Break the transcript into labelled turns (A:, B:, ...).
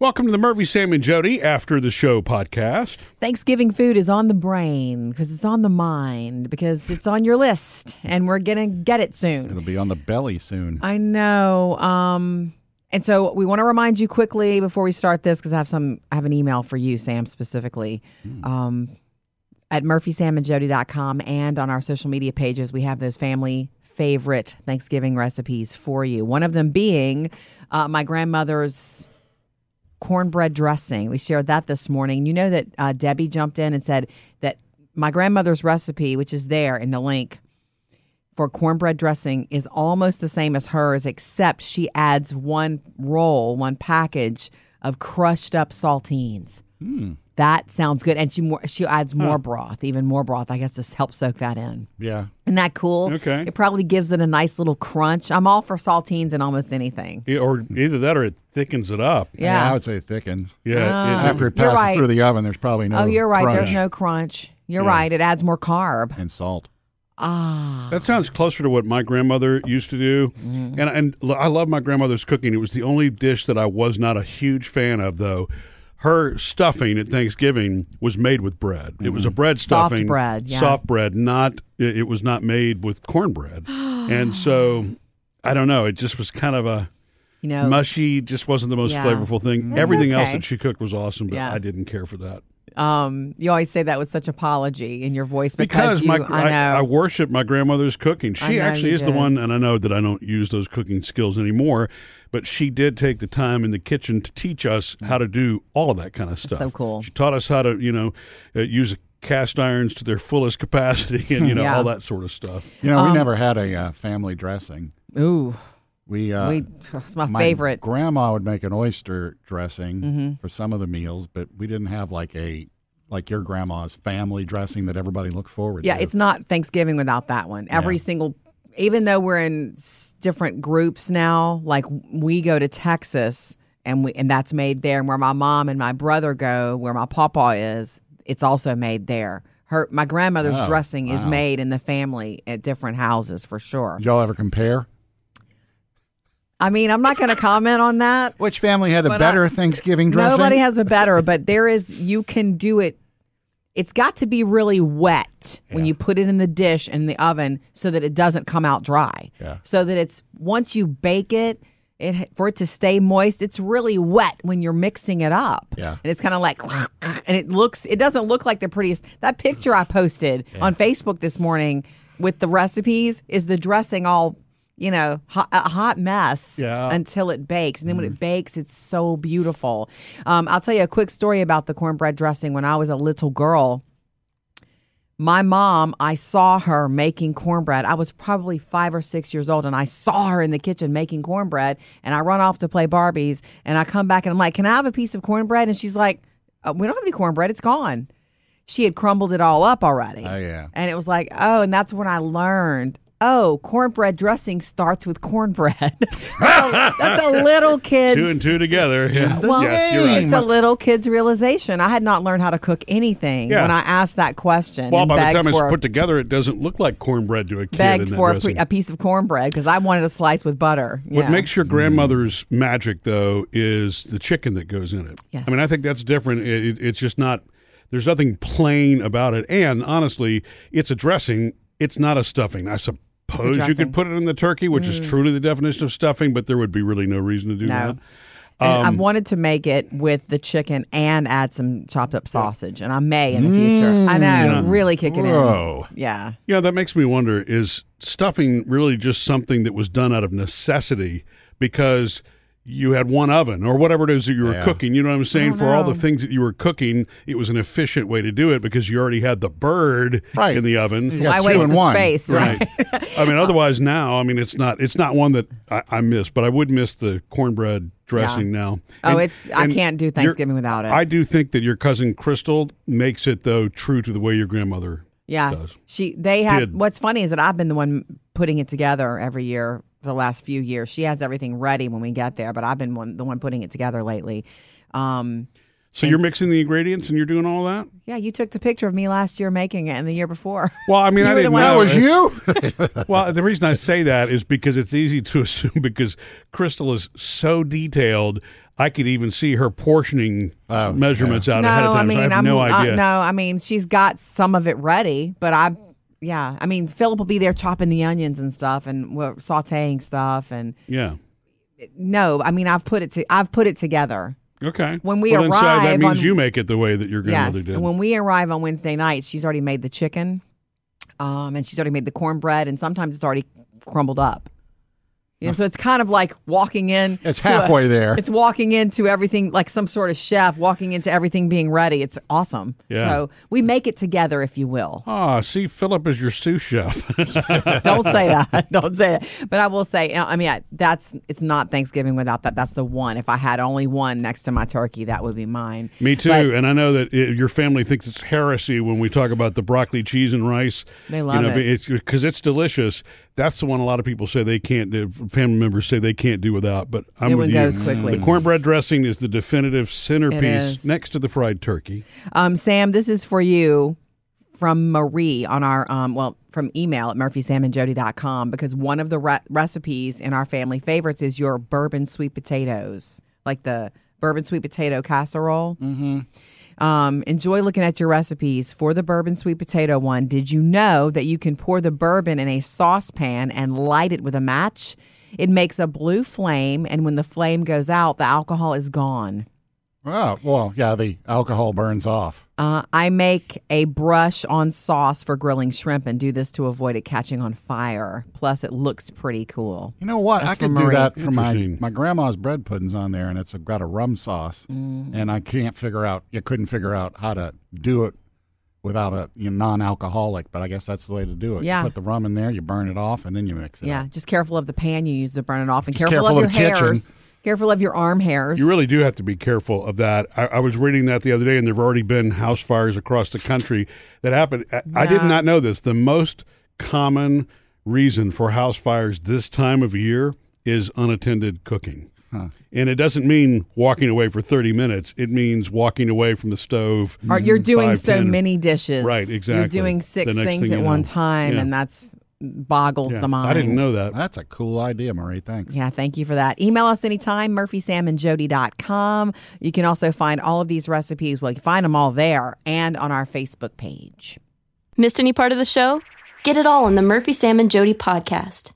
A: Welcome to the Murphy, Sam, and Jody After the Show podcast.
B: Thanksgiving food is on the brain because it's on the mind because it's on your list and we're going to get it soon.
C: It'll be on the belly soon.
B: I know. Um, and so we want to remind you quickly before we start this because I have some, I have an email for you, Sam, specifically. Um, at murphysamandjody.com and on our social media pages, we have those family favorite Thanksgiving recipes for you. One of them being uh, my grandmother's cornbread dressing. We shared that this morning. You know that uh, Debbie jumped in and said that my grandmother's recipe, which is there in the link for cornbread dressing, is almost the same as hers, except she adds one roll, one package of crushed up saltines. That sounds good, and she more, she adds more broth, even more broth, I guess, to help soak that in.
C: Yeah.
B: Isn't that cool?
A: Okay.
B: It probably gives it a nice little crunch. I'm all for saltines in almost anything.
A: Yeah, Or either that or it thickens it up.
B: Yeah. Ah.
C: I would say it thickens.
A: Yeah. it-
C: After it
B: you're
C: passes
B: right.
C: through the oven, there's probably no.
B: Oh, you're right.
C: crunch
B: There's no crunch. You're right. It adds more carb.
C: and salt.
A: that sounds closer to what my grandmother used to do.
B: Mm-hmm.
A: And, and l- I love my grandmother's cooking. It was the only dish that I was not a huge fan of, though. Her stuffing at Thanksgiving was made with bread. It was a bread
B: Mm-hmm. Soft
A: stuffing.
B: bread, yeah.
A: Soft bread, not, it it was not made with cornbread. and so, I don't know. It just was kind of a.
B: You know,
A: mushy just wasn't the most
B: Yeah.
A: flavorful thing everything else
B: okay.
A: that she cooked was awesome but
B: Yeah.
A: i didn't care for that
B: um, you always say that with such apology in your voice because,
A: because
B: you,
A: my
B: I know.
A: I, worship my grandmother's cooking she
B: know
A: actually
B: you
A: is the
B: did.
A: one and i know that i don't use those cooking skills anymore but she did take the time in the kitchen to teach us how to do all of that kind of stuff
B: so cool.
A: she taught us how to you know uh, use cast irons to their fullest capacity and you know
B: Yeah.
A: all that sort of stuff
C: You
B: Um,
C: know, we never had a uh, family dressing.
B: Ooh,
C: We, uh,
B: we, that's my,
C: my
B: favorite. Mm-hmm.
C: Grandma would make an oyster dressing for some of the meals, but we didn't have like a like your grandma's family dressing that everybody looked forward
B: Yeah,
C: to.
B: it's not Thanksgiving without that one. Every single, even though we're in s- different groups now, like we go to Texas and we and that's made there, and where my mom and my brother go, where my papa is, it's also made there. Her, my grandmother's
C: Oh,
B: dressing is
C: wow.
B: made in the family at different houses for sure.
C: Did y'all ever compare
B: I mean, I'm not going to comment on that.
C: which family had a
B: But
C: better Thanksgiving dressing?
B: Nobody has a better, but there is, you can do it. It's got to be really wet when you put it in the dish in the oven so that it doesn't come out dry.
C: Yeah.
B: So that it's, once you bake it, it, for it to stay moist, it's really wet when you're mixing it up.
C: Yeah.
B: And it's kind of like, and it looks, it doesn't look like the prettiest. That picture I posted on Facebook this morning with the recipes is the dressing all, you know, hot, a hot mess
C: Yeah. Mm.
B: until it bakes. And then when it bakes, it's so beautiful. Um, I'll tell you a quick story about the cornbread dressing. When I was a little girl, my mom, I saw her making cornbread. I was probably five or six years old, and I saw her in the kitchen making cornbread. And I run off to play Barbies, and I come back and I'm like, Can I have a piece of cornbread? And she's like, "Uh, We don't have any cornbread, it's gone. She had crumbled it all up already.
C: Oh, yeah.
B: And it was like, oh, and that's when I learned, oh, cornbread dressing starts with cornbread. that's, a, that's a little kid's.
A: two and two together yeah
B: Well,
A: yes, you're right.
B: it's a little kid's realization. I had not learned how to cook anything
A: Yeah.
B: when I asked that question.
A: well
B: and
A: by
B: begged
A: the time it's
B: for,
A: put together it doesn't look like cornbread to a kid in
B: begged
A: that
B: for a,
A: dressing.
B: pre- a piece of cornbread because I wanted a slice with butter.
A: What
B: Yeah.
A: makes your grandmother's magic, though, is the chicken that goes in it.
B: Yes.
A: I mean, I think that's different. It, it- it's just not. There's nothing plain about it, and honestly, it's a dressing. It's not a stuffing. I suppose you
B: dressing. Mm.
A: could put it in the turkey, which is truly the definition of stuffing, but there would be really no reason to do
B: No.
A: that. Um,
B: And I wanted to make it with the chicken and add some chopped up sausage, and I may in the future. I
A: Mm.
B: know, really kick it
C: Whoa.
B: in. Yeah.
A: Yeah, that makes me wonder is stuffing really just something that was done out of necessity because you had one oven or whatever it is that you were
C: Yeah.
A: cooking? You know what I'm saying?
B: don't
A: For all the
B: know.
A: things that you were cooking, it was an efficient way to do it because you already had the bird
C: Right.
A: in the oven.
C: You got
B: Why
C: two
B: waste
C: in
B: the
C: one.
B: space?
A: Right. I mean, otherwise now, I mean, it's not it's not one that I, I miss, but I would miss the cornbread dressing now.
B: Oh, it's- I can't do
A: you're-
B: Thanksgiving without it.
A: I do think that your cousin Crystal makes it though true to the way your grandmother.
B: Yeah.
A: does.
B: She they have
A: Did.
B: what's funny is that I've been the one putting it together every year for the last few years. She has everything ready when we get there, but I've been one, the one putting it together lately. Um
A: So you're mixing the ingredients and you're doing all that?
B: Yeah, you took the picture of me last year making it and the year before.
A: Well, I mean,
B: You
A: I
B: were the
A: didn't
B: one-
A: know.
B: That
C: was you?
A: Well, the reason I say that is because it's easy to assume because Crystal is so detailed. I could even see her portioning measurements out ahead of
B: no,
A: time.
B: I mean,
A: so I have
B: am
A: no idea.
B: no, I mean, she's got some of it ready, but I'm, yeah, I mean, Philip will be there chopping the onions and stuff, and we're sautéing stuff, and
A: Yeah.
B: no, I mean, I've put it to, I've put it together.
A: Okay.
B: When we
A: well, then, so that
B: arrive
A: means
B: on-
A: you make it the way that your grandmother
B: Yes,
A: did.
B: and when we arrive on Wednesday night, she's already made the chicken, um, and she's already made the cornbread, and sometimes it's already crumbled up. You know, so it's kind of like walking in.
C: It's
B: to a-
C: halfway there.
B: It's walking into everything like some sort of chef walking into everything being ready. It's awesome.
A: Yeah.
B: So we make it together, if you will.
A: Ah, see, Philip is your sous chef.
B: Don't say that. Don't say that. But I will say, I mean, I, that's it's not Thanksgiving without that. That's the one. If I had only one next to my turkey, that would be mine.
A: Me too.
B: But-
A: and I know that it, your family thinks it's heresy when we talk about the broccoli, cheese, and rice.
B: They love
A: you know,
B: it.
A: because it's delicious. That's the one a lot of people say they can't do. Family members say they can't do without. But I'm
B: It
A: with
B: one
A: you.
B: goes quickly.
A: The cornbread dressing is the definitive centerpiece
B: is.
A: next to the fried turkey.
B: Um, Sam, this is for you from Marie on our, um, well, from email at murphysamandjody.com because one of the re- recipes in our family favorites is your bourbon sweet potatoes, like the bourbon sweet potato casserole. Mm-hmm. Um, enjoy looking at your recipes for the bourbon sweet potato one. Did you know that you can pour the bourbon in a saucepan and light it with a match? It makes a blue flame, and when the flame goes out, the alcohol is gone.
C: Oh, well, yeah, the alcohol burns off.
B: Uh, I make a brush on sauce for grilling shrimp and do this to avoid it catching on fire. Plus, it looks pretty cool.
C: You know what?
B: That's
C: I could
B: from
C: do
B: Marie.
C: that for my
A: Interesting.
C: my grandma's bread pudding's on there, and it's got a rum sauce,
B: Mm.
C: and I can't figure out. You couldn't figure out how to do it without a you know, non-alcoholic, but I guess that's the way to do it.
B: Yeah.
C: You put the rum in there, you burn it off, and then you mix it.
B: Yeah,
C: up.
B: just careful of the pan you use to burn it off, and
C: Just
B: careful,
C: careful
B: of
C: of
B: your
C: the kitchen.
B: hairs. Careful of your arm hairs.
A: You really do have to be careful of that. I, I was reading that the other day, and there've already been house fires across the country that happened. I, I did
B: Yeah.
A: not know this. The most common reason for house fires this time of year is unattended cooking. And it doesn't mean walking away for 30 minutes. It means walking away from the stove.
B: Or you're doing
A: Mm, Five,
B: so
A: 10.
B: many dishes.
A: Right,
B: You're
A: exactly.
B: doing
A: The
B: six
A: next
B: things
A: thing
B: at
A: you
B: one
A: know.
B: time,
A: Yeah.
B: and that's boggles
A: Yeah.
B: the mind.
A: I didn't know that.
C: That's a cool idea, Marie. Thanks.
B: Yeah, thank you for that. Email us anytime, murphysamandjody.com. You can also find all of these recipes. Well, you can find them all there and on our Facebook page.
D: Missed any part of the show? Get it all on the Murphy Sam and Jody podcast.